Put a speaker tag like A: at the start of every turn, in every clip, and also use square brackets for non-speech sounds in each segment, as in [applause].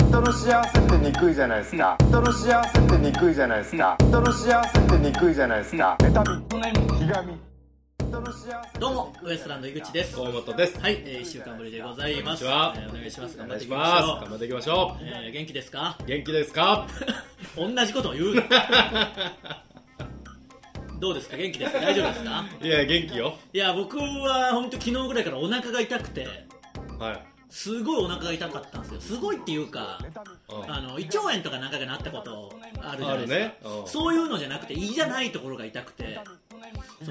A: 人の幸せってにくいじゃないですか人の幸せってにくいじゃないですか人の幸せってにくいじゃないですか妬み妬みひがみ人の幸せって
B: どうもウエストランド井口です
C: 河本です
B: はい、えー、1週間ぶりでございます
C: こんにちは
B: えーお願いします
C: お
B: 頑張っ
C: 願い
B: てい
C: し
B: きま
C: ます
B: しょ
C: 頑
B: う
C: 張っていきましょ
B: えー、元気ですか
C: う元気ですか
B: [laughs] 同じことを言
C: [laughs]
B: うなどうですか元気ですか大丈夫ですか
C: いや元気よ
B: いや僕は本当昨日ぐらいからお腹が痛くて
C: はい
B: すごいお腹が痛かったんですよすごいっていうか
C: うん
B: あの胃腸炎とか何回かなったことあるじゃないですか、
C: あるねうん
B: そういうのじゃなくて胃じゃないところが痛くて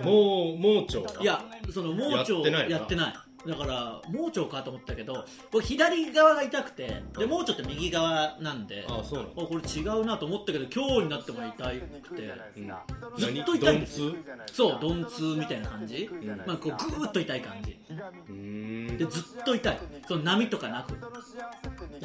C: もう盲腸
B: いやその盲腸
C: やってないな
B: やってないだから盲腸かと思ったけどこれ左側が痛くてで盲腸って右側なんで
C: あそうなの
B: これ違うなと思ったけど今日になっても痛くて
C: うん
B: ずっと痛いんです
C: 何鈍
B: そう鈍痛みたいな感じ、
C: ん
B: まあ、こうぐーっと痛い感じ
C: うーん
B: でずっと痛いその波とかなく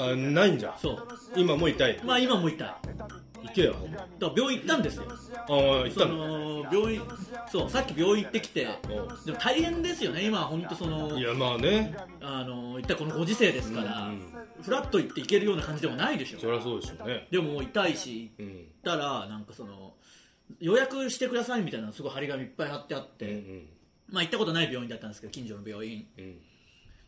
C: あないんじゃ
B: そう
C: 今もう痛い
B: まあ今も痛いだか
C: 行けよほんま
B: ら病院行ったんですよ
C: あ行っ
B: そ
C: たの
B: の病院そうさっき病院行ってきて
C: う
B: でも大変ですよね今は本当その
C: んいやまあね
B: あのいったこのご時世ですから、
C: うん
B: フラッと行って行けるような感じでもないでし
C: そり
B: ょ
C: ゃそうでしょうね
B: でも痛いし
C: うん
B: 行ったらなんかその予約してくださいみたいなのすごい張り紙いっぱい貼ってあっ
C: う
B: て、
C: んうん
B: まあ行ったことない病院だったんですけど近所の病院
C: うん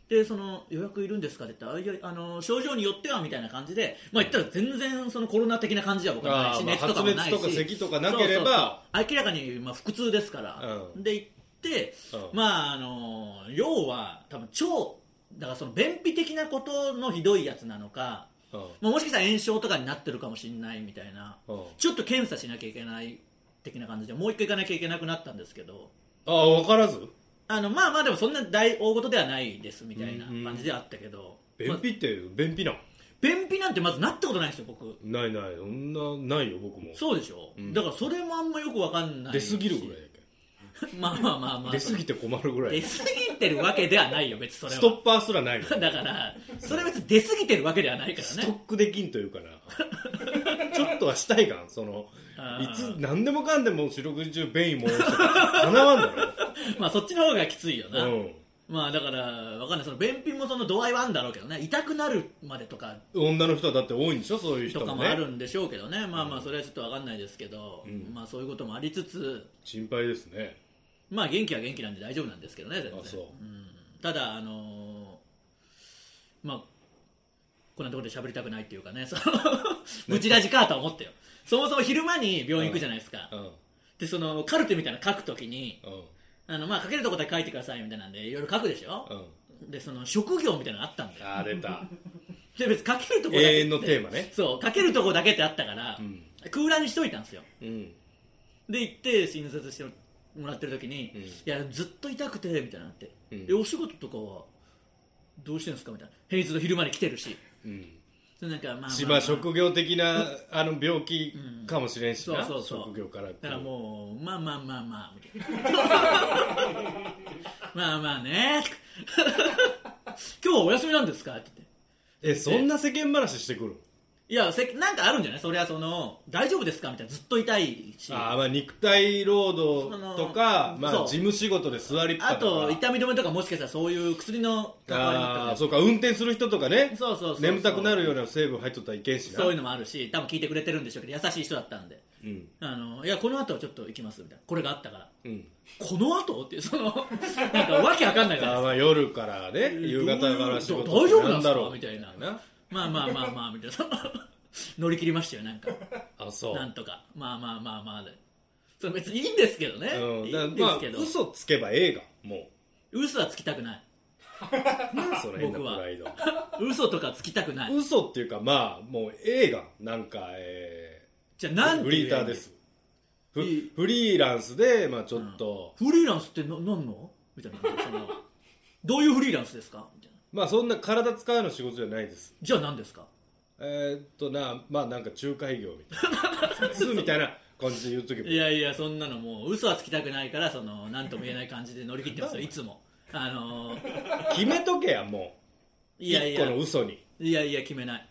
B: でその予約いるんですかって言ったらあいやあの症状によってはみたいな感じで、まあ、言ったら全然そのコロナ的な感じは僕はない
C: あ
B: し
C: ーまあ
B: 熱とかもないし
C: 発熱とか咳とかなければ
B: そうそうそう明らかにまあ腹痛ですから、
C: うん
B: で行って、
C: うん
B: まああの要は多分腸だからその便秘的なことのひどいやつなのか、
C: うん
B: まあ、もしかしたら炎症とかになってるかもしれないみたいな、
C: うん
B: ちょっと検査しなきゃいけない的な感じでもう一回行かなきゃいけなくなったんですけど
C: あ分からず
B: あのまあまあでもそんな大大事ではないですみたいな
C: うんうん
B: 感じではあったけど、ま
C: 便
B: あ
C: 秘って便秘なん
B: 便秘なんてまずなったことないんですよ僕
C: ないないそんなないよ僕も
B: そうでしょ、
C: ん
B: だからそれもあんまよくわかんない
C: 出
B: し
C: すぎるぐらいやけ
B: [laughs] まあまあまあまあ
C: 出すぎて困るぐら
B: 出
C: い
B: 過ぎてるわけではないよ別にそれ
C: ス
B: は
C: トッパーすらないの
B: だからそれは別に出過ぎてるわけではないか
C: ス
B: ら
C: ト
B: ね
C: ックできんというかな [laughs] ちょっとはしたいがんその
B: あ
C: い
B: ー
C: つ何でもかんでも四六時中便意もかなわんだろ
B: まあそっちの方がきついよな、
C: うん
B: [laughs] まあだからわかんないその便秘もその度合いはあるんだろうけどね痛くなるまでとか
C: 女の人はだって多いんでしょそういう人
B: とか
C: も
B: もあ
C: ね
B: るんでしょうけどねまあまあそれはちょっとわかんないですけど、まあそういうこともありつつ
C: 心配ですね
B: まあ元気は元気なんで大丈夫なんですけどね全然
C: あそう
B: うんただあのーまあこんなところで喋りたくないっていうかねそのブチラジかとは思ったよそもそも昼間に病院行くじゃないですか、
C: うん
B: でそのカルテみたいなの書くときに
C: うん
B: あのまあ書けるとこだけ書いてくださいみたいなんでいろいろ書くでしょ、
C: うん
B: でその職業みたいなのがあったんだよ
C: あー出
B: [laughs]
C: た
B: で別に書けるとこだけ
C: 永遠のテーマね
B: そう書けるとこだけってあったから、
C: ん
B: 空欄にしといたんですよ
C: うん
B: で行って診察してもらってる時に、
C: うん
B: いやずっと痛くてみたいなって、
C: うん
B: でお仕事とかはどうしてるんですかみたいな平日の昼間に来てるし
C: うん
B: それなんかまあまあまあ
C: しまあ職業的なあの病気かもしれんしな
B: そうそうそう
C: 職業から
B: だからもうまあまあまあまあみたいな [laughs] まあまあね [laughs] 今日はお休みなんですかって言って
C: えそんな世間話してくる
B: いやせなんかあるんじゃないそれはその大丈夫ですかみたいなずっと痛いし
C: あーまあ肉体労働とか
B: その
C: まあ
B: そう
C: 事務仕事で座りっぱ
B: あ
C: とか
B: と痛み止めとかもしかしたらそういう薬の関わりもあったか
C: あ
B: も
C: ーそうか運転する人とかね
B: そうそうそうそう
C: 眠たくなるような成分入っとったらいけんしな
B: そういうのもあるし多分聞いてくれてるんでしょうけど優しい人だったんで
C: うん
B: あのいやこの後はちょっと行きますみたいなこれがあったから
C: うん
B: この後っていうそのなんかわけわかんないじゃない
C: あー
B: で
C: まあ夜からね夕方から仕事
B: どういうどう大丈夫なんすか
C: ろう
B: みたいなすかまあまあまあまあみたいなその [laughs] 乗り切りましたよなんか
C: あそう
B: なんとかまあまあまあまあでそれ別にいいんですけどね、
C: うん
B: い
C: だ
B: いんですけ
C: ま
B: ど、
C: あ嘘つけばええが
B: [laughs]
C: も
B: 嘘はつきたくないう
C: その辺の
B: 僕は
C: プライド
B: 嘘とかつきたくない
C: 嘘っていうかまあもうええがなんかえ
B: じゃあ
C: ー
B: なんて
C: フ
B: 言
C: リ
B: えばい
C: ータ
B: い
C: ー
B: んだ
C: ですフ
B: いい
C: フリーランスでまあちょっと、
B: フリーランスってななんのみたいなそのどういうフリーランスですかみたいな
C: まあそんな体使うような仕事じゃないです
B: じゃあ何ですか
C: えー、っとなまあなんか仲介業み
B: [laughs]
C: たいなすみたいな感じで言うときも
B: いやいやそんなのもう嘘はつきたくないからその何とも言えない感じで乗り切ってますよいつもあのー
C: 決めとけやもう
B: いやい
C: 一個
B: や
C: の嘘に
B: いやいや決めない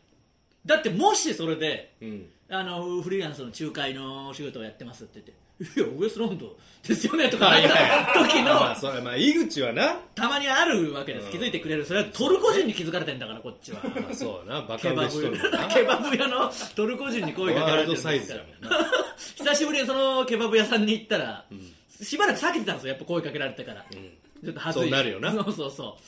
B: だってもしそれで
C: うん
B: あのフリーランスの仲介の仕事をやってますって言っていやウエストランドですよねとか
C: あ
B: ないっ
C: やいや
B: た時
C: ま
B: の
C: あそれまあ井口はな
B: たまにあるわけです気づいてくれるそれはトルコ人に気づかれてんだからこっち
C: [laughs]
B: は
C: まあそうだなバカ
B: ケ
C: 売
B: バ
C: れし
B: ブ
C: とるもんな
B: 屋ケバブ屋のトルコ人に声かけ
C: ワ
B: ら
C: ー
B: れて
C: ルド
B: るん
C: サイ
B: です
C: ズ
B: か
C: や
B: ら
C: もんな
B: 久しぶりにそのケバブ屋さんに行ったら、しばらく避けてたんですよやっぱ声かけられてたから、ちょっと恥ずい
C: そうなるよな
B: そうそうそう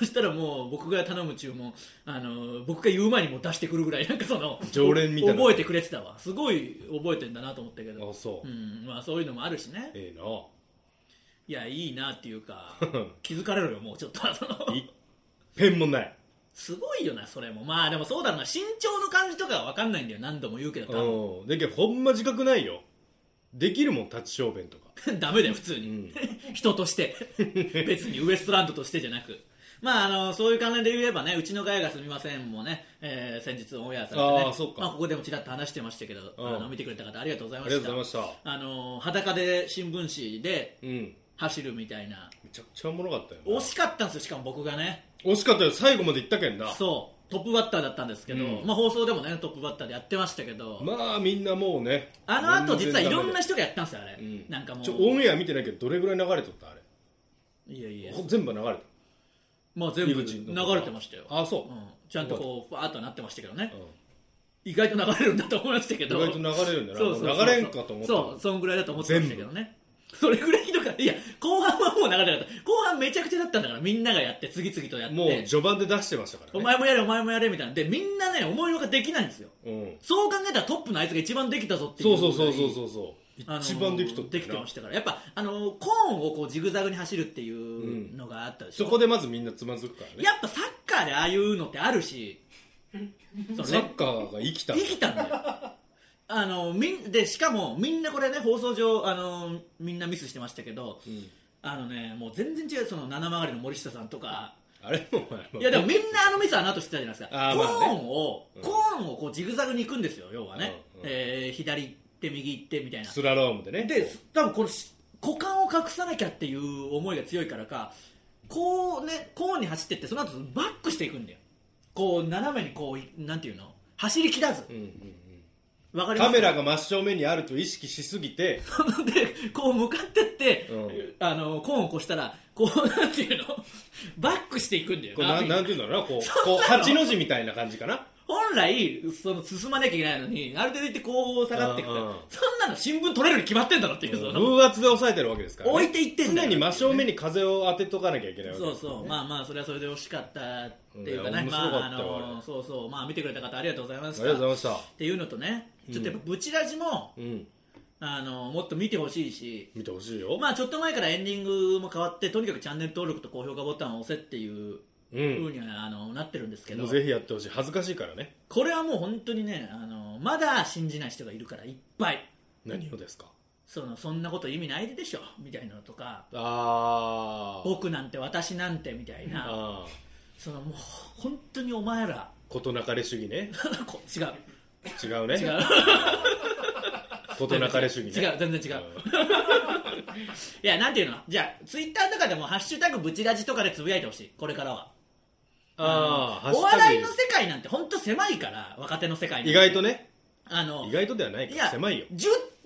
B: そしたらもう僕が頼む注文あの僕が言う前にもう出してくるぐらいなんかその
C: 常連みたいな
B: 覚えてくれてたわすごい覚えてんだなと思ったけど
C: あそう
B: うんまあ、そういうのもあるしね
C: ええない
B: やいいなっていう
C: [laughs]
B: か気づかれろよもうちょっとその
C: 一ペンもない
B: すごいよなそれもまあでもそうだろうな身長の感じとかは分かんないんだよ何度も言うけど多分
C: うんだけどほんま自覚ないよできるもん立ち小便とか
B: ダメだよ [laughs] 普通に、人として
C: [laughs]
B: 別にウエストランドとしてじゃなくまああのそういう関連で言えばねうちのガヤがすみませんもね、えー先日オンエアされてね
C: あーそうか
B: まあ、ここでもちらっと話してましたけど、あの見てくれた方ありがとうございま
C: ありが
B: した
C: とうございまし
B: あの裸で新聞紙で
C: たうん
B: 走るみたいな
C: めちゃくちゃおもろかったよな
B: 惜しかったんですよしかも僕がね
C: 惜しかったよ最後まで行ったけんな
B: そうトップバッターだったんですけど、
C: うん
B: まあ、放送でもねトップバッターでやってましたけど、
C: まあみんなもうね
B: あの後実はいろんな
C: 人、
B: 人がやったんですよあれ、
C: うん
B: なんかも
C: ちょオ
B: う
C: ンエア見てないけどどれぐらい流れとったあれ
B: いやいや
C: 全部流れた
B: まあ全部
C: 井口
B: 流
C: の
B: れてましたよ
C: あそう、
B: うんちゃんとこうファーっとなってましたけどね、
C: う
B: 意外と流れるんだと思いましたけど
C: ん意外と流れるんだな
B: そうそうそう
C: もう流れんかと思った
B: そうそんぐらいだと思ってましたけどねそれぐらいひどかったいや後半はもう流れなかった後半めちゃくちゃだったんだからみんながやって次々とやって
C: もう序盤で出してましたから
B: お
C: ね
B: 前もやれお前もやれみたいなんでみんなね思いのができないんですよ
C: うん、
B: そう考えたらトップのあいつが一番できたぞってい
C: そううそうそうそう
B: う
C: そうそう、
B: あのー
C: 一番できとった
B: で
C: よ
B: き
C: な
B: てましたからやっぱあのーコーンをこうジグザグに走るっていうのがあったでしょ、
C: そこでまずみんなつまずくからね
B: やっぱサッカーでああいうのってある
C: [laughs]
B: し、そ
C: サ
B: うね
C: ッカーが生きた
B: 生きたんだよ。あのみんでしかもみんなこれね放送上あのみんなミスしてましたけど、
C: ん
B: あのねもう全然違うその七曲りの森下さんとか、
C: あれもお前
B: いやでもみんなあのミスはあの後してたじゃないですか
C: あー
B: コ
C: まあね
B: ーンを、コーンをこうジグザグに行くんですよ要はね、
C: うんうん
B: えー左行って右行ってみたいな
C: スラロームでね
B: で多分このし股間を隠さなきゃっていう思いが強いからかこうねコーンに走ってってその後バックしていくんだよこう斜めにこういなんていうの走り切らず
C: うんうんうん
B: わかります
C: カメラが真正面にあると意識しすぎて
B: [laughs] でこう向かってって、
C: うん
B: あのコーンを越したらこうなんていうのバックしていくんだよ
C: こうな
B: ラ
C: ん
B: ビー
C: なんていうんだろうなこうこう八の字みたいな感じかな
B: 本来その進まなきゃいけないのにある程度行ってこう下がっていくから、
C: うんうん
B: そんなの新聞取れるに決まってんだろっていう、その
C: 風圧で抑えてるわけですから、
B: 置いていってんだ
C: 常
B: よ
C: に真正面に風を当てとかなきゃいけないわけ
B: そ
C: で
B: う
C: すから
B: そう、
C: ね
B: まあまあ、それはそれで惜しかったっていうか
C: う
B: ね、
C: ん
B: ま
C: いや面白
B: あ、
C: か
B: あ
C: ったわあれ
B: の、そうそう、まあ、見てくれた方、ありがとうございました。
C: ありがとうございまし
B: っていうのとね、ちょっとやっぱ、ブチラジも、
C: たうん
B: あの、もっと見てほしいし、
C: 見てほしいよ、
B: まあ、ちょっと前からエンディングも変わって、とにかくチャンネル登録と高評価ボタンを押せっていう
C: う
B: ふうんには、あのなってるんですけ
C: も
B: ど
C: う、ぜひやってほしい恥ずかしいからね
B: これはもう本当にね、あのまだ信じない人がいるから、いっぱい。
C: 何をですか
B: そのそんなこと意味ないでしょみたいなのとか
C: あー
B: 僕なんて私なんてみたいな
C: あー
B: そのもう本当にお前ら
C: 事なかれ主義
B: [laughs]
C: ね
B: こ違う
C: 違うね
B: 違う
C: 事なかれ主義ね
B: 違う全然違う、いやなんていうのじゃあツイッターとかでも「ハッシュタグブチラジ」とかでつぶやいてほしいこれからは
C: ああ
B: お笑いの世界なんて本当狭いから若手の世界なんて
C: 意外とね
B: あの
C: 意外とではない
B: い
C: か
B: や
C: ら狭いよ
B: 10,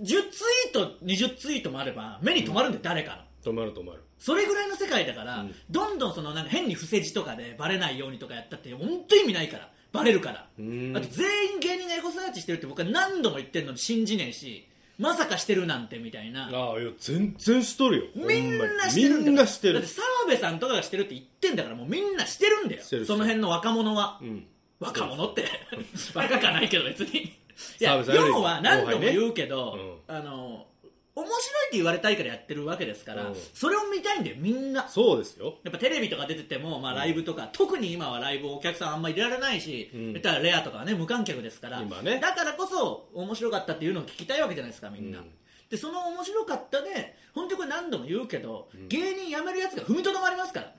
B: 10ツイート20ツイートもあれば目に留まるんで、誰かの
C: 止まる止まる
B: それぐらいの世界だから、
C: うん
B: どんどんそのなんか変に伏せ字とかでバレないようにとかやったって本当意味ないからバレるから
C: うん
B: あと全員芸人がエゴサーチしてるって僕は何度も言ってるのに信じねえしまさかしてるなんてみたいな
C: ああいや全然しとるよ
B: みん
C: ほま
B: な
C: に
B: してるんだ
C: みんなして
B: だっ
C: る
B: て澤部さんとかがしてるって言ってんだからもうみんなしてるんだよ
C: してる
B: その辺の若者は、
C: うん
B: 若者って [laughs] 若かないけど別
C: [laughs]
B: にいや
C: 澤部さんより
B: 要は何度も
C: 後輩ね
B: 言うけど、あの面白いって言われたいからやってるわけですから、
C: うん
B: それを見たいんだよみんな
C: そうですよ
B: やっぱテレビとか出てても、まあ、ライブとか、特に今はライブお客さんあんまり入れられないし、
C: うん
B: 言ったらレアとかはね無観客ですから
C: 今ね
B: だからこそ面白かったっていうのを聞きたいわけじゃないですかみんな、
C: うん
B: でその面白かったで本当にこれ何度も言うけど、芸人辞めるやつが踏みとどまりますからね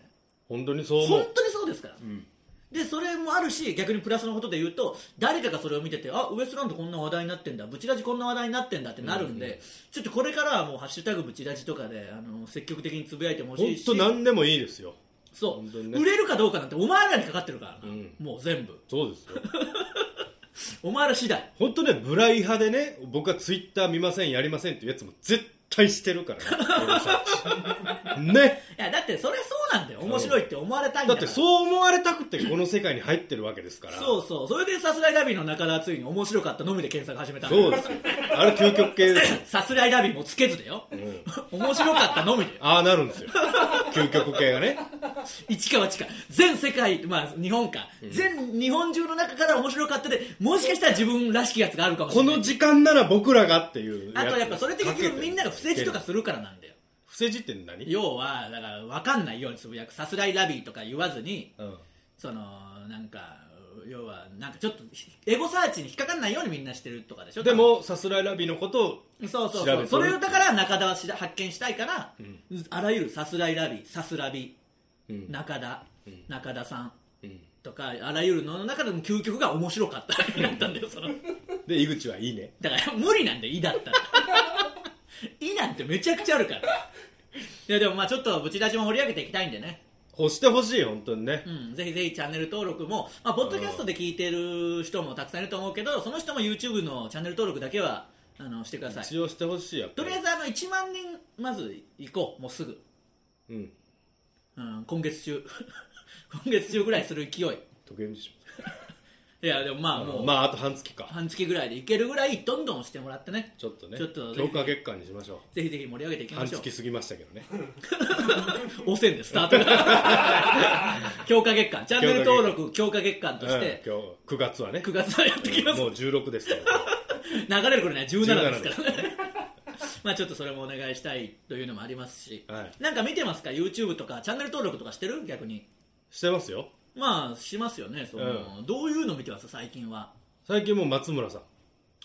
C: 本当にそう思
B: 本
C: う
B: 当にそうですから、
C: ん
B: でそれもあるし逆にプラスのことで言うと誰かがそれを見ててあウエストランドこんな話題になってんだブチラジこんな話題になってんだってなるんで、ちょっとこれからはもう「ハッシュタグブチラジ」とかであの積極的につぶやいてほし
C: 本
B: いし
C: 当何でもいいですよ
B: そ
C: 本当
B: う、
C: にね
B: 売れるかどうかなんてお前らにかかってるからな、
C: うん
B: [laughs] もう全部
C: そうですよ
B: お前ら次第
C: 本当ねブライ派でね僕はツイッター見ませんやりませんっていうやつも絶対してるか
B: [laughs]
C: らねね
B: いやだってそれそうなんだよ面白いって思われたいん
C: だ
B: だ
C: っ
B: から
C: てそう思われたくてこの世界に入ってるわけですから
B: そうそうそれでさすらいラビーの中田はついに面白かったのみで検索始めたんだよ
C: そうですよあれ究極系ですよ
B: [laughs] さすらいラビーもつけずだよ、面白かったのみで
C: ああなるんですよ究極系がね
B: 一か八か全世界、まあ、日本か、全日本中の中から面白かったでもしかしたら自分らしきやつがあるかもし
C: こ
B: れない
C: の時間なら僕らがっていう
B: あとやっぱそれって結
C: かけ
B: 局みんなが不正字とかするからなんだよ
C: 不正字って何
B: 要はだから分かんないようにつぶやくさすらいラビーとか言わずに
C: うん
B: そのなんか要はなんかちょっとエゴサーチに引っかかんないようにみんなしてるとかでしょ
C: でもさすらいラビのことを
B: そうそうそ
C: 調べ
B: う
C: る
B: それをだから中田はし発見したいから、あらゆるさすらいラビさすらび
C: うん
B: 中田、中田さん
C: うん
B: とかあらゆるのの中でも究極が面白かったになったんだよその
C: で井口はいいね
B: だから無理なんだよ「い」だ
C: [laughs]
B: ったら「い」なんてめちゃくちゃあるからいやでもまあちょっとブチラジも盛り上げていきたいんでね
C: 欲してほしい本当にね
B: うん、ぜひぜひチャンネル登録も、まあ、ポッドキャストで聞いてる人もたくさんいると思うけど、その人も YouTube のチャンネル登録だけはあのしてください。
C: 使用してほしいやっぱ
B: とりあえずあの1万人、まず行こう、もうすぐ。
C: うん
B: うん、今月中。 [laughs] 今月中ぐらいする勢い。
C: 時計見てし
B: いや、でもまあ
C: ま
B: も
C: う
B: う、
C: まああと半月か
B: 半月ぐらいでいけるぐらい、どんどんしてもらってね、
C: ちょっとね
B: ちょっと
C: 強化月間にしましょ
B: ぜひぜひ盛り上げていうきま
C: 半
B: しょう。
C: 月過ぎましたけどね
B: 汚染でスタート
C: [laughs]
B: が。強化月間、チャンネル登録強化月間と
C: うん
B: し
C: 今
B: て、
C: 日9月はね
B: 9月はやってきます
C: もう16ですか
B: [laughs]
C: ら
B: 流れる頃には17ですからねまあちょっとそれもお願いしたいというのもありますし、
C: はい
B: なんか見てますか YouTube とかチャンネル登録とかしてる逆に
C: してますよ
B: まあしますよねその、どういうの見てます最近は
C: 最近もう松村さん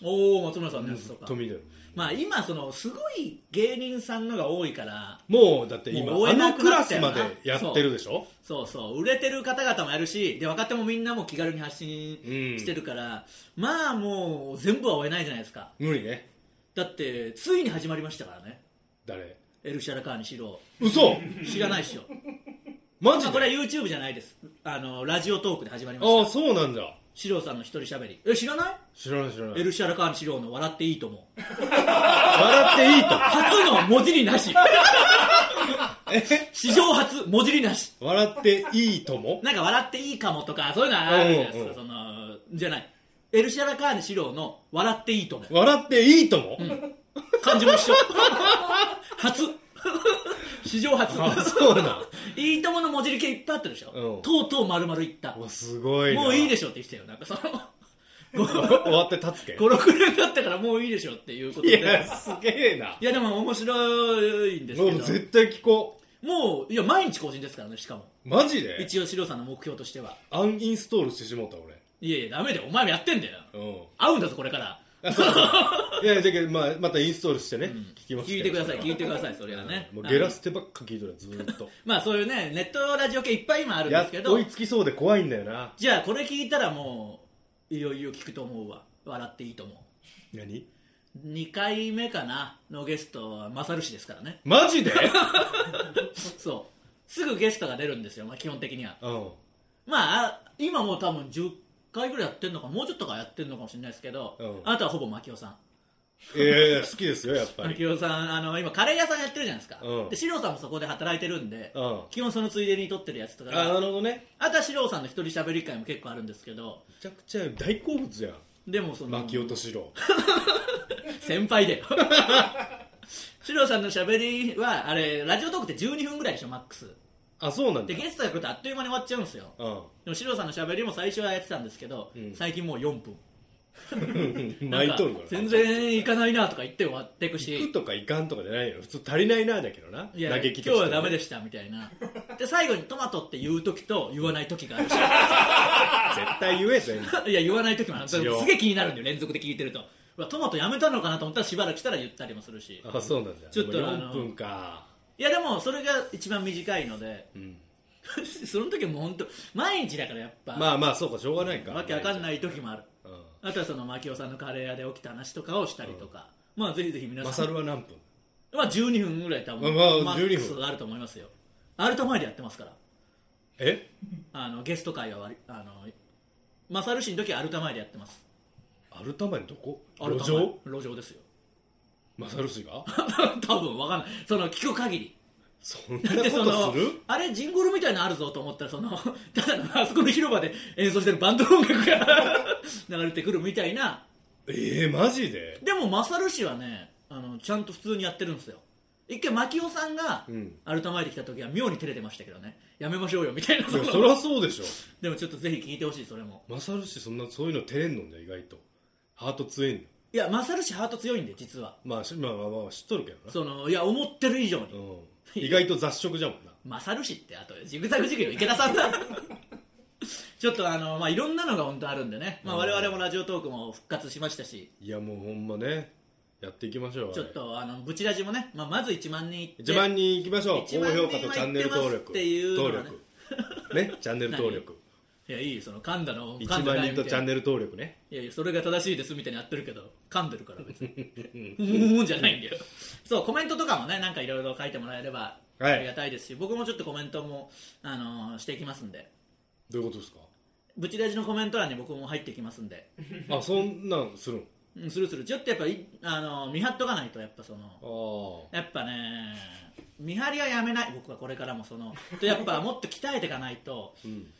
B: おお松村さんのやつ
C: ず
B: と
C: っ
B: か、
C: と見てる
B: まあ今そのすごい芸人さんのが多いから
C: もうだって今
B: もう追
C: あ
B: えな
C: の
B: く
C: ク
B: な
C: ラ
B: った
C: ス
B: よな
C: までやってるでしょ
B: そうそう売れてる方々もやるしで若手もみんなもう気軽に発信
C: うん
B: してるから、まあもう全部は追えないじゃないですか
C: 無理ね
B: だってついに始まりましたからね
C: 誰
B: エルシャラカーニシロ
C: 嘘
B: 知らないっしょ
C: マ
B: ま
C: ジ
B: あ、これ
C: で
B: は YouTube じゃないですあのラジオトークで始まりま
C: ああ
B: した
C: そうなんだ
B: シローさんの一人しゃべりえ知らない、
C: 知らない知らな
B: エ
C: い
B: ルシャラカーンシローの「笑っていいと思う」
C: 笑っていいと
B: 初の文字にな
C: [laughs]
B: し史上初文字になし
C: 笑っていいとも
B: なんか「笑っていいかも」とかそういうのはあるじゃないですか、
C: うんうん
B: そのじゃないエルシャラカーンシローの「笑っていいと思う
C: 笑っていいとも、」
B: 漢字も一緒 [laughs] 初史上初
C: あそうなん
B: いいともの文字系いっぱいあったでしょ、
C: うん
B: とうとう丸々いった
C: うわすごいな
B: もういいでしょって言ってたよなんかその
C: 終わって立つけ
B: このくらいだったからもういいでしょっていうこと
C: い
B: で
C: やすげえない
B: やでも面白いんです
C: も
B: け
C: う
B: ど
C: 絶対聞こ
B: もういや毎日更新ですからねしかも
C: うマジで
B: 一応四郎さんの目標としては
C: アンインストールしてしもうた俺
B: いやいやダメだよお前もやってんだよ
C: うん
B: 会うんだぞこれから
C: あそう [laughs] そういやだけど、まあ、またインストールしてね、聞きます
B: 聞いてください聞い
C: て
B: てくださいそれはね
C: もうゲラ
B: あ
C: 捨てばっか聞いとるよず
B: [laughs]
C: ーっと
B: のまあそういうねネットラジオ系いっぱい今あるんで
C: や
B: すけど
C: 追いつきそうで怖いんだよな
B: じゃあこれ聞いたらもういよいよ聞くと思うわ笑っていいと思う
C: 何
B: 2回目かなのゲストはマサル氏ですからね
C: マ
B: [laughs]
C: ジで
B: そうすぐゲストが出るんですよ、まあ、基本的には
C: うん
B: まああ今もう多分10回ぐらいやってるのかもうちょっとかやってるのかもしれないですけど、
C: うん
B: あなたはほぼ牧雄さん
C: ええ好きですよやっ
B: [laughs]
C: ぱ
B: 牧
C: り
B: 雄さんあの今カレー屋さんやってるじゃないですか、
C: うん
B: で四郎さんもそこで働いてるんで、
C: うん
B: 基本そのついでに撮ってるやつと
C: あなる
B: か
C: ほどね
B: あとは四郎さんの一人喋り会も結構あるんですけど
C: めちゃくちゃ大好物やん
B: でもその
C: 巻き落としろ
B: 先輩で [laughs] 四郎さんの喋りはあれラジオトークって12分ぐらいでしょマックス
C: あそうなん
B: で
C: だ
B: ゲストが来るとあっという間に終わっちゃうんですよ
C: う
B: でも四郎さんの喋りも最初はやってたんですけど、
C: ん
B: 最近もう4分
C: ん
B: なん
C: [laughs] 巻い
B: か
C: とるから
B: 全然行かないなとか言って終わってく
C: 行く
B: し
C: とかいかんとかじゃないよ普通足りないなだけどない
B: や
C: 嘆
B: 今
C: きとし
B: 日
C: て
B: はダメでしたみたいなで最後にトマトって言う時と言わない時があるし
C: [laughs] 絶対言え全
B: [laughs]
C: 部
B: いや言わない時もあるす
C: 一応
B: げえ気になるんで連続で聞いてるとうわトマトやめたのかなと思ったらしばらくしたら言ったりもするし
C: あそうなんだ
B: ちょっとあの
C: 4分か
B: いやでもそれが一番短いので
C: うん
B: [laughs] その時はもう本当毎日だからやっぱ、
C: まあまあそうかしょうがないか
B: わけわかんないい時もある
C: うん
B: あとはその牧雄さんのカレー屋で起きた話とかをしたりとか、まあぜひぜひ皆
C: マ
B: さ
C: サ
B: ん
C: ルは何分
B: まあ12分ぐらい多分、
C: まあまあ
B: マ
C: 12
B: ッ
C: 分
B: クスあると思いますよアルタ前でやってますから
C: え
B: あのゲスト会は割りあのマサル氏の時はアルタ前でやってます
C: アルタ前のどこ
B: あれ
C: 路上
B: 路上ですよ [laughs]
C: マサルスイが
B: 多分わかんないその聞く限り
C: そん
B: だっ
C: な
B: て
C: こ
B: そ
C: と
B: の
C: する
B: あれジングルみたいなのあるぞと思ったらその [laughs] ただのあそこの広場で演奏してるバンドの音楽が [laughs] 流れてくるみたいな
C: ええマジで
B: でもマサル氏はねあのちゃんと普通にやってるんですよ一回牧雄さんが
C: うん
B: アルタ前で来た時は妙に照れてましたけどねやめましょうよみたいない
C: や
B: の
C: そりゃそうでしょ
B: でもちょっとぜひ聞いてほしいそれも
C: マサルスイそんなそういうの照れんのんだよ意外とハート強いんだよ
B: いやマサル氏ハート強いんで実は
C: まあしまあまあまあ知っとるけどな
B: そのいや思ってる以上に
C: うん意外と雑食じゃもんな
B: マサル氏ってあとジグザグジギーの池田さんだ [laughs] ちょっとあの、まあ、いろんなのが本当あるんでね、まあ、
C: うん
B: 我々もラジオトークも復活しましたし
C: いやもうほんまねやっていきましょう
B: ちょっとあのブチラジもね、まあ、まず1万人いって
C: 自慢に行きましょう
B: 一
C: 高
B: 番
C: 評価とチャンネル
B: 今言っ
C: 登録
B: てますっていうの
C: 登
B: はね
C: 録ねチャンネル登録
B: いやいいよその噛んだの噛
C: 1
B: んで
C: 万
B: ないみ
C: 人
B: た
C: と
B: い
C: チャ
B: な
C: ンネル登録ね
B: いやいやそれが正しいですみたいにやってるけど噛んでるから別
C: [laughs]
B: にうんうんじゃないんだよそうコメントとかもねなんかいろいろ書いてもらえれば
C: は
B: あ
C: い
B: りがたいですし、僕もちょっとコメントも、あのーしていきますんで
C: どういうことですか
B: ブチラジのコメント欄に僕も入っていきますんで、
C: あそんなんするん
B: うん、するするちょっとやっぱい、あのー見張っとかないとやっぱその
C: あ
B: やっぱね見張りはやめない僕はこれからもそのでやっ
C: [laughs]
B: ぱもっと鍛えていかないと
C: あうん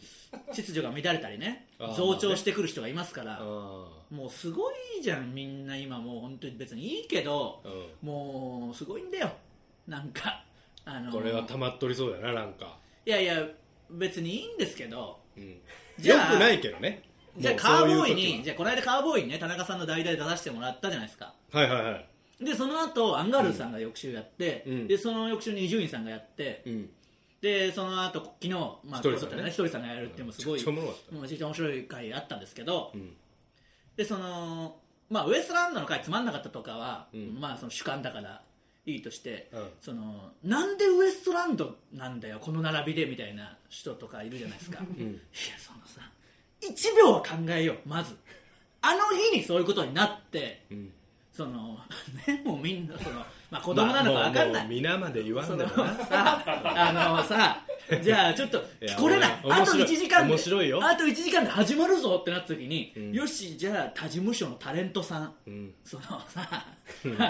B: 秩序が乱れたりね
C: あー
B: 増長してくる人がいますから、
C: あ
B: もうすごいじゃんみんな今もう本当に別にいいけど
C: あうん
B: もうすごいんだよなんかあの
C: これは溜まっとりそうだななんか
B: いやいや別にいいんですけど
C: うん
B: じ
C: よ
B: ゃあ
C: くないけどね
B: じゃあ
C: もう
B: カ
C: そう
B: ー
C: いう
B: ボーイ
C: 時は
B: にじゃあこの間カーボーイにね田中さんの代打で出させてもらったじゃないですか
C: はいはいはい
B: でその後アンガールズさんが翌週やって、
C: うん
B: でその翌週に伊集院さんがやって、
C: うん
B: でその後昨日まあ
C: ひとりさんね
B: こういうことでひとりさんがやるっていうのもすごい
C: めちゃくちゃおもろかった
B: もうめちゃくちゃ面白い回あったんですけど、
C: うん
B: でそのまあウエストランドの回つまんなかったとかは、
C: うん
B: まあその主観だからいいとして、
C: うん
B: そのなんでウエストランドなんだよこの並びでみたいな人とかいるじゃないですか、いやそのさ1秒は考えようまずあの日にそういうことになって
C: うん
B: その [laughs] ねもうみんなその、まあ、子供なのか分かん
C: ま
B: な
C: あもうも
B: いう
C: 皆まで言わ
B: そ
C: んだ
B: の
C: よな
B: さあのさじゃあちょっと
C: いや
B: 来れない
C: 面白い
B: あと1時間で
C: 面白いよ
B: あと1時間で始まるぞってなった時に、
C: ん
B: よしじゃあ他事務所のタレントさん、
C: うん
B: そのさあ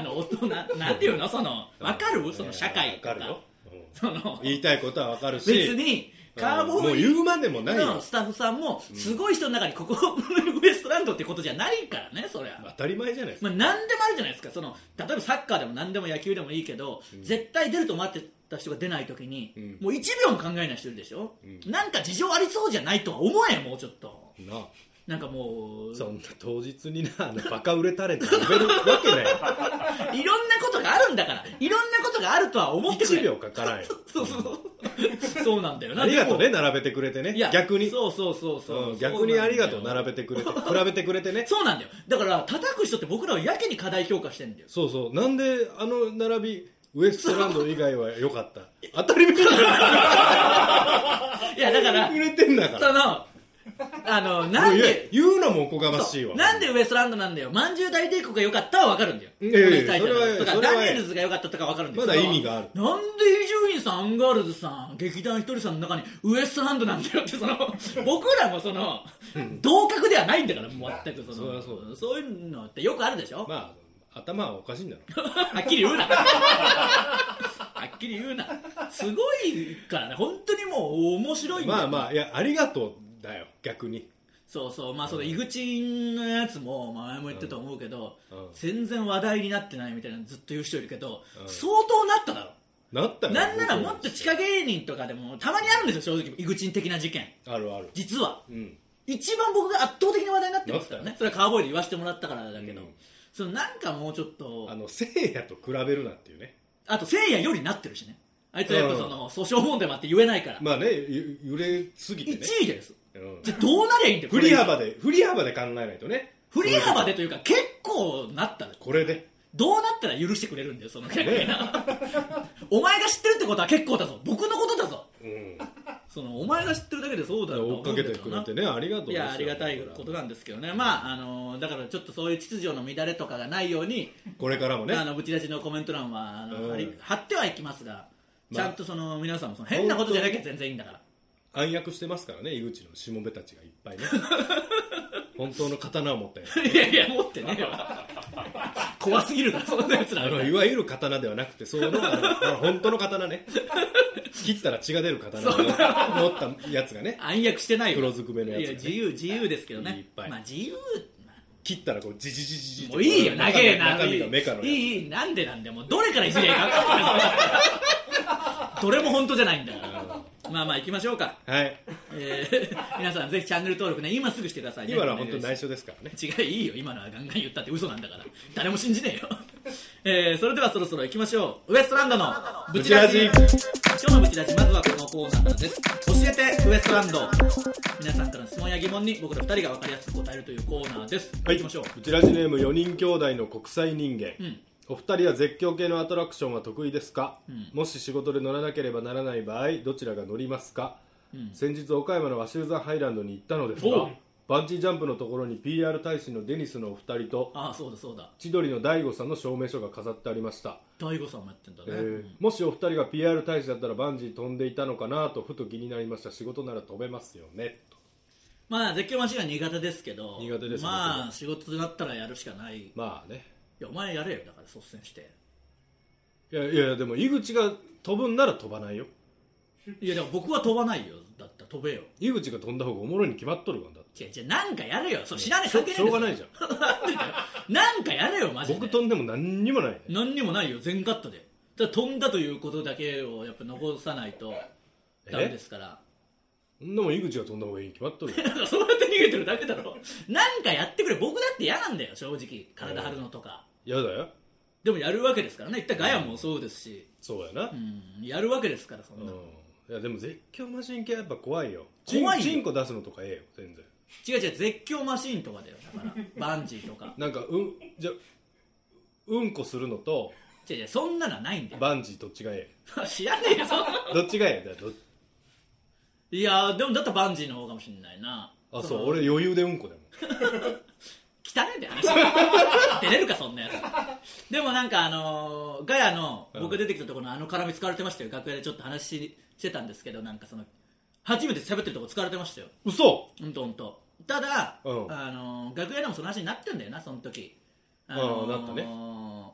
B: の大人なんていうのその分かるその社会
C: わ
B: とか
C: かるようん
B: その
C: 言いたいことはわかるし
B: 別にカーボ
C: もう
B: ーイ
C: 言うまでもない
B: の
C: よ
B: スタッフさんもすごい人の中にここウエストランドってことじゃないからねそりゃ
C: 当たり前じゃないですか
B: まあ、何でもあるじゃないですかその例えばサッカーでも何でも野球でもいいけど、絶対出ると思ってた人が出ない時に、
C: うん
B: もう1秒も考えない人いるでしょ、なんか事情ありそうじゃないとは思えもうちょっと
C: なあ
B: なんかもう
C: そんな当日になあのバカ売れタレント呼べるわ
B: [laughs]
C: けない
B: いろんなことがあるんだからいろんなことがあるとは思ってくれ
C: 1秒かからんよ
B: そうそうそうなんだよな
C: ありがとう
B: で
C: ね
B: も
C: 並べてくれてね
B: いや
C: 逆に
B: そうそうそうそう、
C: うん逆にありがとう並
B: べ
C: べて
B: [laughs]
C: くれて比べてくれてね
B: そうなんだよだから叩く人って僕らはやけに過大評価してんだよ
C: そうそうなんであの並びウエストランド以外は良かった当たり前じゃ
B: いやだか
C: な
B: ら
C: い売れてんだか
B: そ
C: ら
B: のあのな
C: もうん言
B: で
C: え言うのもおこがましい
B: そう
C: わ
B: なんでウエストランドなんだよまんじゅう大帝国が良かったは分かるんだよ
C: いやいや
B: 同じタイトルだとか
C: それは
B: ダニエルズが良かったとか分かるんだよ
C: まだ意味がある
B: そのなんで伊集院さんアンガールズさん劇団ひとりさんの中にウエストランドなんだよってそ
C: [laughs]
B: の僕らもその同格ではないんだからもう全くそ
C: そり
B: の
C: ゃそう
B: そういうのってよくあるでしょ、
C: まあ頭はおかしいんだろ
B: はっきり
C: [laughs]
B: 言うなはっきり言うなすごいからね本当にもう面白いんだよ
C: まあまあいやありがとうだよ逆に
B: そうそうまあその井口のやつもまあ前も言ってたと思うけど、
C: うん
B: 全然話題になってないみたいなのずっと言う人いるけど、
C: うん
B: 相当なっただろ
C: なったよ
B: なんならもっと地下芸人とかでもたまにあるんですよ正直井口的な事件
C: あるある
B: 実は
C: うん
B: 一番僕が圧倒的な話題になってますからねそれはカーボーイで言わせてもらったからだけど、
C: うん
B: そのなんかもうちょっと
C: あ
B: あ
C: のせいやと比べるなっていうね
B: とせいやよりなってるしねあいつはやっぱ
C: うん
B: その訴訟問題もあって言えないから、
C: まあねゆ揺れすぎてね
B: 1位です
C: うん
B: じゃあどうなりゃいいんだよ
C: 振り幅
B: で
C: で振り幅で考えないとね
B: 振り幅でというか結構なったら
C: これで
B: どうなったら許してくれるんだよその逆になお前が知 [laughs] ってるってことは結構だぞ僕のことだぞ
C: うん
B: そのお前が知ってるだけでそうだろうな
C: 追っかけてくれてねありがとう
B: い
C: い
B: やありがたいことなんですけどねまああのだからちょっとそういう秩序の乱れとかがないように、
C: これからもね
B: あのぶち出しのコメント欄はあの、
C: うん
B: 貼り貼ってはいきますがち
C: まあ
B: ゃんとその皆さんもその変なことじゃなきゃ全然いいんだから [laughs]
C: 暗躍してますからね井口のしもべたちがいっぱいね本当の刀を持ったやつ
B: いやいや持ってねえわ怖すぎるなそんなやつら
C: あのいわゆる刀ではなくてそのあのあの本当の
B: [laughs]
C: 刀ね切ったら血が出る刀を持ったやつがね
B: 暗躍してないよ
C: 黒ずくめのやつね
B: いや自由自由ですけどね
C: いっぱい
B: まあ自由
C: 切ったらこうジジジジジって
B: もういいよ
C: 中身
B: 長えな
C: 中身がメカのやつ
B: いいいいなんでなんでもうどれからいじりゃいいか分かんないどれも本当じゃないんだよまあまあ行きましょうか、
C: はい
B: えー [laughs] 皆さんぜひチャンネル登録ね今すぐしてくださいね
C: 今のは本当に内緒ですからね
B: 違ういいよ今のはガンガン言ったって嘘なんだから誰も信じねえよ、えーそれではそろそろ行きましょうウエストランドのブチラジ
C: ブチラジ
B: 今日のブチラジまずはこのコーナーからです教えてウエストランド皆さんからの質問や疑問に僕ら2人が分かりやすく答えるというコーナーです、行きましょう
C: うちラジネーム4人兄弟の国際人間、
B: ん
C: お二人は絶叫系のアトラクションは得意ですか、もし仕事で乗らなければならない場合どちらが乗りますか、先日岡山の鷲羽山ハイランドに行ったのです
B: おう
C: がバンジージャンプのところに PR 大使のデニスのお二人と
B: ああそうだそうだ
C: 千鳥の大悟さんの証明書が飾ってありました、
B: 大悟さんもやってんだね、
C: えーもしお二人が PR 大使だったらバンジー飛んでいたのかなとふと気になりました仕事なら飛べますよねと
B: まあ絶叫マシンは苦手ですけど
C: 苦手ですね
B: まあ仕事になったらやるしかないい
C: まあね
B: やお前やれよだから率先して
C: いやいやでも井口が飛ぶんなら飛ばないよ
B: いやでも僕は飛ばないよだったら飛べよ
C: 井口が飛んだ方がおもろいに決まっとるわんだって
B: 違う違うなんかやれよそれ知らねえ
C: しょ
B: 関係ねえ
C: しょうがないじゃん
B: ゃんなんかやれよマジで
C: 僕飛んでも何にもないね
B: 何にもないよ全カットでただ飛んだということだけをやっぱ残さないとダメですから
C: そんなもん井口が飛んだ方がいいに決まっとるよ
B: だから [laughs] そうやって逃げてるだけだろなんかやってくれ僕だって嫌なんだよ正直体張るのとか
C: やだよ
B: でもやるわけですからね一体ガヤもそうですし、
C: そうやな、うん
B: うん、やるわけですからそんな、
C: いやでも絶叫マシン系はやっぱ怖いよ
B: 怖いよ
C: チンチンコ出すのとかええよ全然
B: 違う違う絶叫マシーンとかだよだ [laughs] からバンジーとか
C: なんかうんじゃうんこするのと
B: 違う違うそんなのはないんだよ
C: バンジーどっちがえ
B: [laughs] 知らねえよそんな
C: えどっちがええだど
B: いやーでもだったらバンジーの方かもしれないな
C: あ
B: の
C: そう俺余裕でうんこだもん
B: 汚いんだよ話 [laughs] 出れるかそんなやつでもなんかあのーガヤの僕が出てきたところのあの絡み使われてましたよ楽屋でちょっと話ししてたんですけどなんかその初めて喋ってるとこ使われてましたよ
C: 嘘
B: うんとうんとただ、
C: うん
B: あのー楽屋でもその話になってんだよなその時あ
C: うんなった何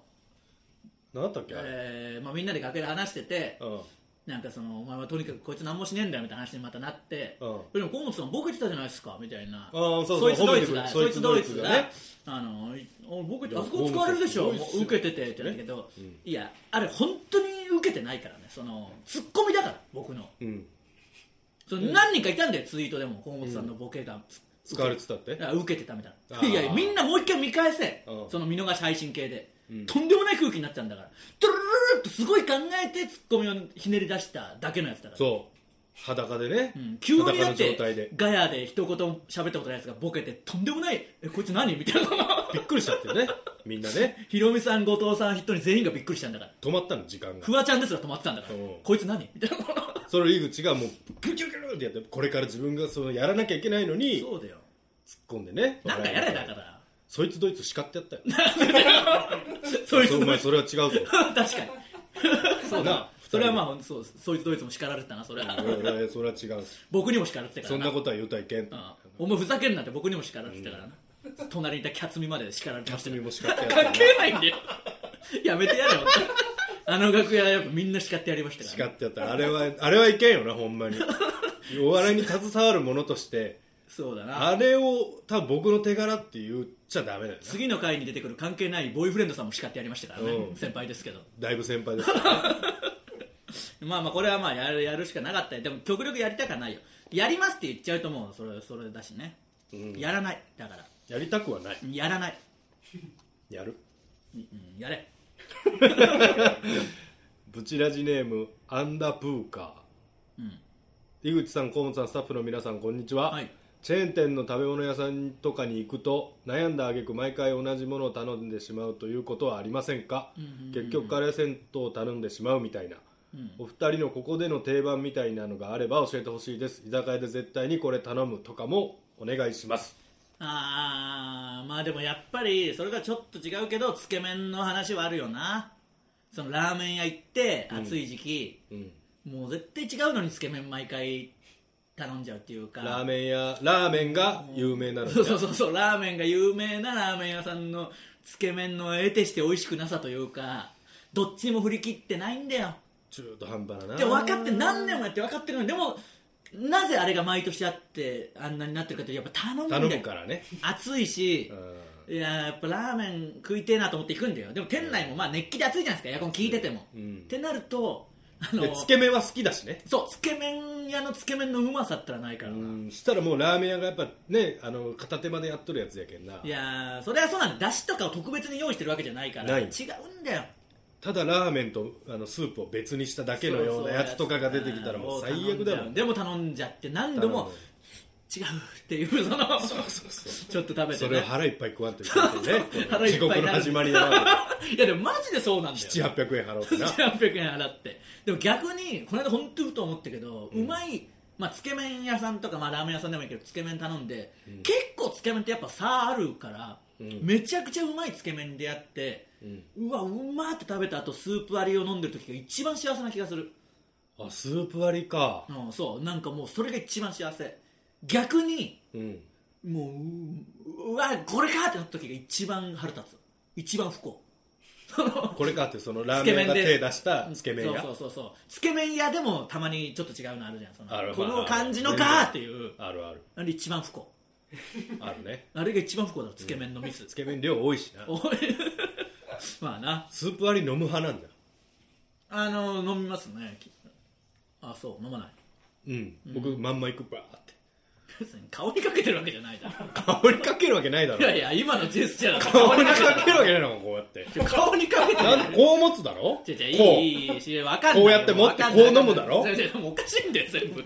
C: だったっけあれ、
B: えーまあ、みんなで楽屋で話してて、
C: うん
B: なんかそのお前はとにかくこいつ何もしねえんだよみたいな話にまたなって、
C: うん
B: でも河本さん僕言ってたじゃないですかみたいな
C: あーそうそう
B: いつドイツ
C: 褒め
B: だ
C: てく
B: そ
C: れ
B: いつドイツ
C: そいつドイツ
B: だ
C: がね
B: あのいお僕
C: いや
B: あそこ使われるでしょ
C: 河本さんすごいっすよ
B: 受けててって言ったけど、いやあれ本当に受けてないからねそのツッコミだから僕の
C: うん
B: その何人かいたんだよツイートでも河本さんのボケが、
C: 使われてたって
B: あ受けてたみたい
C: あ
B: な
C: ー
B: いやいやみんなもう一回見返せ
C: うん
B: その見逃し配信系で、とんでもない空気になっちゃうんだからドゥルルルルっとすごい考えてツッコミをひねり出しただけのやつだから
C: そう裸でね、
B: うん急に
C: 裸
B: だっ
C: の状態
B: て
C: で
B: ガヤで一言も喋ったことないやつがボケてとんでもないえこいつ何みたいな
C: [laughs] びっくりしちゃってねみんなね
B: ヒロミさん後藤さんヒットに全員がびっくりしたんだから
C: 止まったの時間が
B: フワちゃんですら止まってたんだから
C: うん
B: こいつ何みたいな
C: それを井口がもうキュルキュルキュルってやってこれから自分がそのやらなきゃいけないのに突っ
B: そうだよ
C: 込んでね
B: なんかやれだから
C: そいつドイツ叱ってやったよ
B: [laughs] そい
C: そ
B: つ
C: うお前
B: の
C: それは違うぞ
B: [laughs] 確かにそうだ
C: な
B: それはまあそうそいつドイツも叱られてたなそれは
C: 俺それは違う
B: 僕にも叱られてたか
C: そ
B: ら
C: ん
B: な
C: なことは言うたらいけん
B: うんお前ふざけんなって僕にも叱られてたからな、隣にいたキャツミまで叱られてました
C: 辰
B: よ
C: 巳も叱ってやったよ
B: 関係ないんだよやめてやれよ本当にあの楽屋やっぱみんな叱ってやりましたから
C: 叱
B: ね、
C: ってやったあれはあれはいけんよなほんまにお笑いに携わるものとして
B: そうだな
C: あれを多分僕の手柄って言っちゃダメだよな
B: 次の回に出てくる関係ないボーイフレンドさんも叱ってやりましたからね、
C: うん
B: 先輩ですけど
C: だいぶ先輩ですから
B: まあまあこれはまあやるやるしかなかったよでも極力やりたくはないよやりますって言っちゃうともうそれそれだしね、やらないだから
C: やりたくはない
B: やらない、
C: やる
B: うん、やれ
C: ブチラジネームアンダプーカー、井口さん河本さんスタッフの皆さんこんにちは、
B: はい
C: チェーン店の食べ物屋さんとかに行くと悩んだ挙句毎回同じものを頼んでしまうということはありませんか、結局カレー銭湯を頼んでしまうみたいな、お二人のここでの定番みたいなのがあれば教えてほしいです居酒屋で絶対にこれ頼むとかもお願いします
B: あーまあでもやっぱりそれがちょっと違うけどつけ麺の話はあるよなそのラーメン屋行って暑い時期、
C: うん
B: もう絶対違うのにつけ麺毎回頼んじゃうっていうか
C: ラーメン屋ラーメンが有名なの
B: そうそうそうそうラーメンが有名なラーメン屋さんのつけ麺の得てして美味しくなさというかどっちにも振り切ってないんだよ
C: 中途半端だな
B: で分かって何年もやって分かってるのにでもなぜあれが毎年あってあんなになってるかってやっぱ頼むんだよ
C: 頼むからね
B: 暑いし
C: う、ん
B: いやーやっぱラーメン食いてえなと思って行くんだよでも店内もまあ熱気で暑いじゃないですかエアコン効いてても、
C: うん
B: ってなるとあの
C: でつけ麺は好きだしね
B: そうつけ麺屋のつけ麺のうまさったらないから
C: う
B: な、
C: んしたらもうラーメン屋がやっぱねあの片手間でやっとるやつやけんない
B: やーそれはそうなんだだしとかを特別に用意してるわけじゃないから
C: ない
B: 違うんだよ
C: ただラーメンとあのスープを別にしただけのようなやつとかが出てきたらもう最悪だ
B: もう頼んじゃ
C: ろ
B: うでも頼んじゃって何度
C: 頼む
B: も違うっていうその
C: そうそう
B: [laughs] ちょっと食べて
C: そ
B: ね
C: れを腹いっぱい食わんといけないね
B: [laughs] 腹いっ
C: 地
B: ぱい
C: 獄の始まりなわ
B: いやでもマジでそうなんだよ
C: け700800円払うって
B: [laughs]
C: な
B: 800円払ってでも逆にこの間本当にふと思ったけど、うまい、まあ、つけ麺屋さんとか、まあ、ラーメン屋さんでもいいけどつけ麺頼んで、結構つけ麺ってやっぱ差あるから、
C: うん
B: めちゃくちゃうまいつけ麺であって、
C: うん
B: うわうまーって食べた後スープ割りを飲んでる時が一番幸せな気がする、
C: あスープ割りか
B: うん、そうなんかもうそれが一番幸せ逆に
C: うん
B: もうううわこれかってなった時が一番腹立つ一番不幸 [laughs] その
C: これかってそのラーメン屋が
B: つけ麺で
C: 手出したつけ麺屋
B: そうそうそうそうつけ麺屋でもたまにちょっと違うのあるじゃんその
C: ある
B: こ
C: ま
B: の
C: あ
B: 感じの
C: 全然
B: かっていう
C: あるある
B: あれ一番不幸
C: あるね
B: あれが一番不幸だろつけ麺のミス、
C: つけ麺量多いしな
B: おい [laughs] まあな
C: スープ割り飲む派なんだ
B: あの飲みますねあそう飲まない
C: うん僕まんまいくバーって
B: 別に香りかけてるわけじゃないだろ
C: 香りかけるわけないだろ
B: いやいや今のジェスチャーだろ
C: 香りかけるわけないのかこうやって
B: 顔にかけてる
C: なんでこう持つだろ
B: 違う違う
C: こう
B: いいいいしわかんないよ
C: こうやって持って
B: わかんない
C: こう飲むだろ
B: 違う違うもうおかしいんだよ
C: [laughs]
B: 全部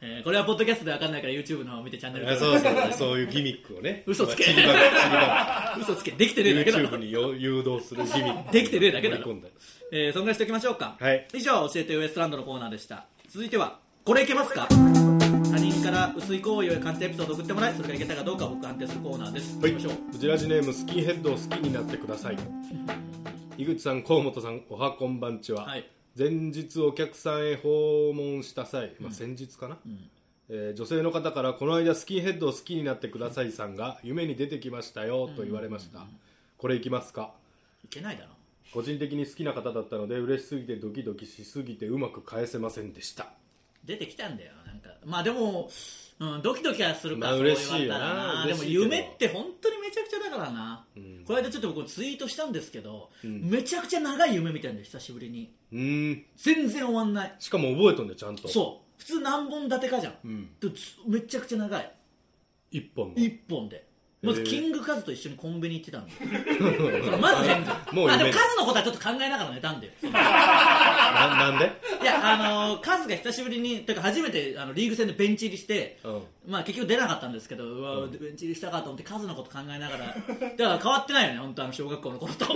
B: えーこれはポッドキャストでわかんないから YouTube の方を見てチャンネル
C: あそうそうそうそういうギミックをね
B: 嘘つけ
C: ちりばめちりば
B: 嘘つけできて
C: め
B: ねえだけだろ
C: YouTube によ誘導するギミック
B: できてねえだけだろ
C: 盛り込んだ
B: えー、そんぐらいしておきましょうか、
C: はい
B: 以上教えてウエストランドのコーナーでした続いてはこれいけますか他人から薄い行為や鑑定エピソードを送ってもらいそれがいけたかどうかを僕が判定するコーナーです、
C: はい
B: 行きましょう
C: ブジラジネームスキンヘッドを好きになってください井口さん河本さんおはこんばんちは、
B: はい
C: 前日お客さんへ訪問した際、まあ、先日かな、えー女性の方からこの間スキンヘッドを好きになってくださいさんが夢に出てきましたよと言われました、これいきますか
B: いけないだろ
C: 個人的に好きな方だったので嬉しすぎてドキドキしすぎてうまく返せませんでした
B: 出てきたんだよなんかまあでも、うん、ドキドキはするか、
C: まあ
B: そう
C: 嬉しい
B: 言
C: よ
B: われ
C: な
B: たらなで
C: 嬉
B: も
C: しいけど
B: 夢って本当にめちゃくちゃだからな、
C: ん
B: この間ちょっと僕ツイートしたんですけど、めちゃくちゃ長い夢みたいなんで久しぶりに
C: うーん
B: 全然終わんない
C: しかも覚えとんねちゃんと
B: そう普通何本立てかじゃん、でもつめちゃくちゃ長い
C: 一本の
B: 一本でまず
C: へえ
B: キングカズと一緒にコンビニ行ってた
C: [laughs]
B: んでそれまず変だ
C: もう
B: あ
C: 夢
B: でもカズのことはちょっと考えながら寝たんだよ
C: ななんで
B: いやあのーカズが久しぶりにというか初めてあのリーグ戦でベンチ入りして、
C: うん
B: まあ結局出なかったんですけどうわ、ベンチ入りしたかと思ってカズのこと考えながらだから変わってないよね本当あの小学校の頃
C: [laughs]
B: と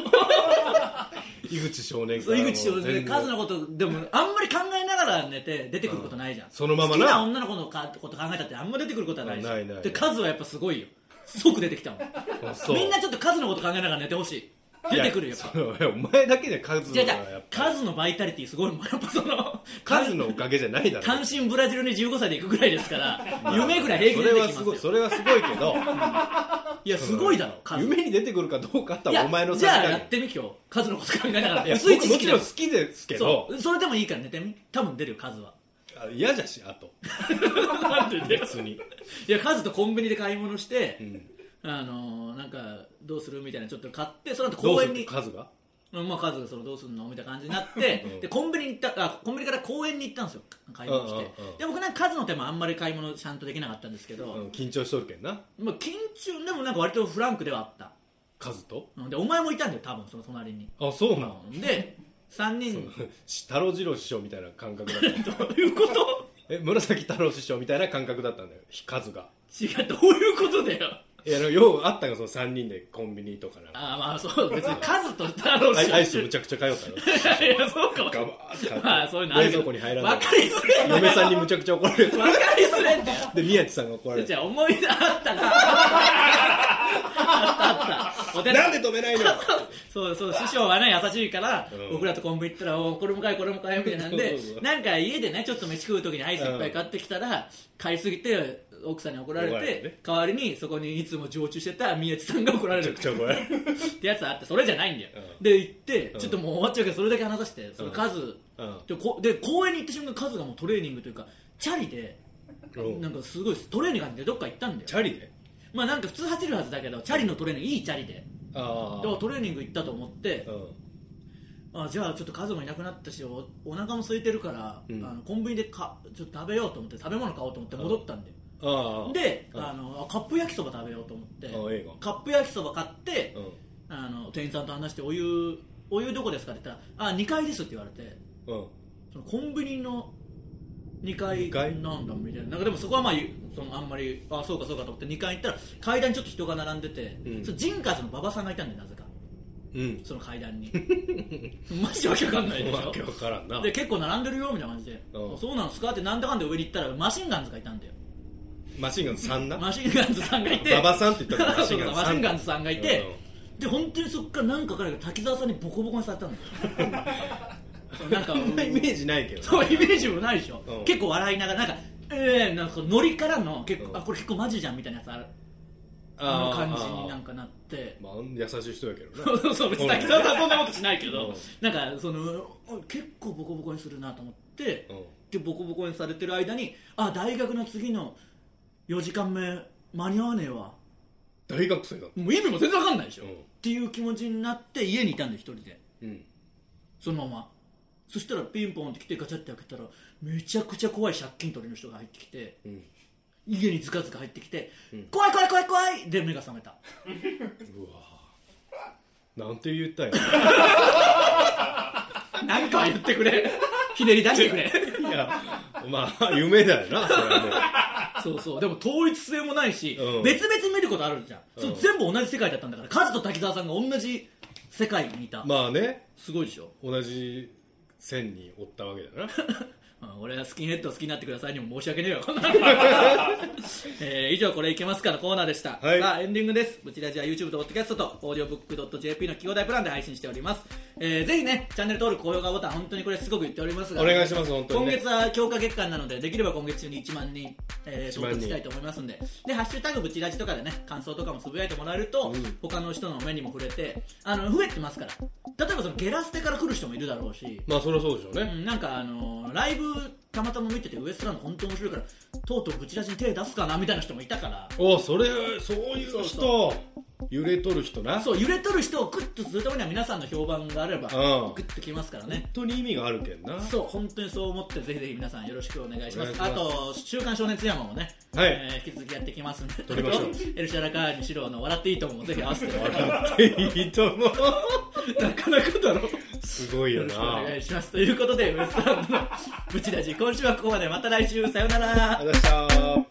C: 井口少年
B: そう井口翔
C: 全
B: で
C: 然
B: カズのことでもあんまり考えながら寝て出てくることないじゃん、
C: そのまま
B: 好
C: な
B: きな女の子のかこと考えたってあんま出てくることはないじゃん
C: ないない
B: でカズはやっぱすごいよ即出てきたもん
C: あそう
B: みんなちょっと数のこと考えながら寝てほしい出てくるよ
C: い
B: やっ
C: やそういやお前だけで数
B: ぱ
C: の
B: 違う
C: は
B: 違
C: やっ
B: う
C: ぱ
B: 数のバイタリティすごいもんやっぱその
C: 数のおかげじゃないだろ
B: 単身ブラジルに15歳で行くぐらいです
C: [laughs]
B: から夢ぐらい平
C: そ
B: 気で
C: れ
B: 出
C: は
B: てき
C: す
B: ま
C: ごい
B: すよ
C: それはすごいけど
B: いやすごいだろ数
C: 夢に出てくるかどうかあった
B: い
C: ら
B: や
C: お前の
B: じゃあや
C: に
B: ってみ今日数のこと考えながら
C: いや
B: 薄い
C: 僕
B: 知
C: も
B: 識
C: ち
B: だ
C: ろ
B: よ
C: ん好きですけど
B: そうそれでもいいから寝てみ多分出るよ数は
C: あ嫌じゃしあと
B: [laughs] なんでね
C: 別に
B: いや数とコンビニで買い物して、
C: ん
B: あのーなんかどうするみたいなちょっと買ってその後
C: どう
B: 公
C: す
B: 園
C: る
B: に
C: 数が
B: うんまあ、カズがそのどうすんのみたいな感じになって、
C: うん
B: でコンビニに行ったあコンビニから公園に行ったんですよ買い物して、
C: うんうんうん
B: で僕なんかカズの手もあんまり買い物ちゃんとできなかったんですけど、
C: うん緊張しとるけんな
B: まあ、緊張でもなんか割とフランクではあった
C: 数と
B: うんでお前もいたんだよ多分その隣に、
C: あそうなの
B: うんで3人
C: [laughs] 太郎次郎師匠みたいな感覚だった [laughs]
B: どういうこと
C: え紫太郎師匠みたいな感覚だったんだよ数が
B: 違うどういうことだよ
C: いやあのようあったがその3人でコンビニとかなんか
B: ああまあそう別にカズと太郎
C: アイアイ
B: い
C: スむちゃくちゃ通ったの
B: やいやそうかも
C: ガバーって買って
B: まあそういうのある
C: 冷
B: け
C: 蔵
B: ど
C: 庫に入らない
B: 分かりづれん
C: [laughs]
B: だよ
C: 嫁さんにむちゃくちゃ怒られる
B: 分かりづれんだよ
C: [laughs] で宮地さんが怒られ
B: じ
C: る
B: ゃあ思い出あったなあったお寺
C: なんで止めないの
B: そうそう師匠はね優しいから、
C: うん
B: 僕らとコンビ行ったらおこれも買えこれも買えみたいなんで
C: そうそうそう
B: なんか家でねちょっと飯食う時にアイスいっぱい買ってきたら、買いすぎて奥さんに怒られ
C: 怒られ
B: て、
C: てね
B: 代わりにそこにいつも常駐してた宮地さんが怒られ
C: めちゃ
B: る
C: くちゃ怖い
B: ってやつあってそれじゃないんだよ、
C: うん
B: で行って
C: うん
B: ちょっともう終わっちゃうけどそれだけ話させてその数、
C: うん
B: でこで公園に行った瞬間数がもうトレーニングというかチャリで
C: うん
B: なんかすごいトレーニング感じでどっか行ったんだよ
C: チャリで
B: まあなんか普通走るはずだけどチャリのトレーニングいいチャリで
C: あ
B: でトレーニング行ったと思って
C: あ、うん
B: あじゃあちょっと数もいなくなったしおお腹も空いてるから、
C: うん
B: あのコンビニでかちょっと食べようと思って食べ物買おうと思って戻ったんだよ
C: ああ
B: で
C: うん
B: あのあカップ焼きそば食べようと思って
C: あええわ
B: カップ焼きそば買って
C: うん
B: あの店員さんと話してお湯お湯どこですかって言ったらあ2階ですって言われて
C: うん
B: そのコンビニの2階
C: 二階
B: なんだみたいななんかでもそこはまあゆそのあんまりあそうかそうかと思って2階行ったら階段にちょっと人が並んでて、
C: うん
B: そのジンカーズの馬場さんがいたんだよなぜか
C: うん
B: その階段
C: [laughs]
B: にマジでわけわかんないでし
C: わ
B: ょ
C: けわからんな
B: で結構並んでるよみたいな感じで、
C: うん
B: そうなんですかってなんだかんだ上に行ったらマシンガンズがいたんだよ
C: マシンガンズ3な
B: マシンガンズさんがいて
C: 馬場さんって言ったからマ
B: [laughs] マ
C: シ
B: シン
C: ンガ
B: ガ
C: ン
B: ン
C: ズ
B: ズ
C: さん
B: さんがいて、で本当にそこからなんかわからないけど滝沢さんにボコボコにさ
C: [laughs]
B: れたんだよそうなんか
C: そんなイメージないけど
B: そうイメージもないでしょ、
C: うん
B: 結構笑いながらなんかええなんかノリからの結構、
C: うん
B: あこれ結構マジじゃんみたいなやつあるあ
C: あ
B: の
C: あ
B: 感じになん
C: か
B: かなって
C: まあ優しい人やけどな
B: [laughs] そうそう別に滝沢さんそんなことしないけ
C: う
B: ど
C: ん
B: なんかそのあ結構ボコボコにするなと思って
C: うん
B: でボコボコにされてる間にあ大学の次の4時間目間に合わねえわ
C: 大学生だった
B: もう意味も全然わかんないでしょ、
C: うん
B: っていう気持ちになって家にいたんで一人で
C: うん
B: そのままそしたらピンポンって来てガチャって開けたらめちゃくちゃ怖い借金取りの人が入ってきて
C: うん
B: 家にズカズカ入ってきて、怖い怖い怖い怖いで目が覚めた
C: なんて言っ
B: [laughs]
C: たんや
B: 何かは言ってく
C: [laughs]
B: れひねり出してくれ
C: いやまあ夢だよなそれは
B: そうそうでも統一性もないし、
C: うん
B: 別々に見ることあるじゃん、そううん全部同じ世界だったんだからカズと滝沢さんが同じ世界にいた、
C: もうまあね
B: すごいでしょ、
C: 同じ線におったわけだな
B: [laughs] うん俺はスキンヘッド好きになってくださいにも申し訳ねえよ、こんなの [laughs] えー以上、これいけますかのコーナーでした、
C: はい
B: さあエンディングです、ブチラジは YouTube と Podcast と audiobook.jp の企業大プランで配信しております、えーぜひね、チャンネル登録、高評価ボタン、本当にこれ、すごく言っておりますが、
C: お願いします本当にね
B: 今月は強化月間なので、できれば今月中に1万人、えー、
C: 1万
B: 登
C: 人
B: 録したいと思いますんで、でハッシュタグブチラジとかでね、感想とかもつぶやいてもらえると、
C: うん
B: 他の人の目にも触れて、あの増えてますから、例えばそのゲラステから来る人もいるだろうし。
C: まあそりゃそうでしょう
B: う
C: ね
B: んなんかあのーライブたまたま見ててウエストランド本当面白いからとうとうぶち出しに手出すかなみたいな人もいたから
C: おそれそういう
B: そう
C: 人揺れとる人な
B: そう揺れとる人をグッとするためには皆さんの評判があればグ
C: うん
B: ッときますからね
C: 本当に意味があるけん
B: [laughs]
C: な
B: そう本当にそう思ってぜひぜひ皆さんよろしくお願いします
C: お願いします
B: あと「週刊少年津山」もね、
C: はい
B: えー引き続きやってきますんで
C: 撮りましょう
B: エルシャラカーニシロの「笑っていいと思う」ぜひ合わせて
C: [laughs]
B: な
C: いいと [laughs] 思う
B: かなかだろ
C: すごい
B: よ
C: よ
B: ろ
C: な
B: しくお願いしますということでウエストランドのブチラジ今週はここまでまた来週さようなら
C: ありがとうございました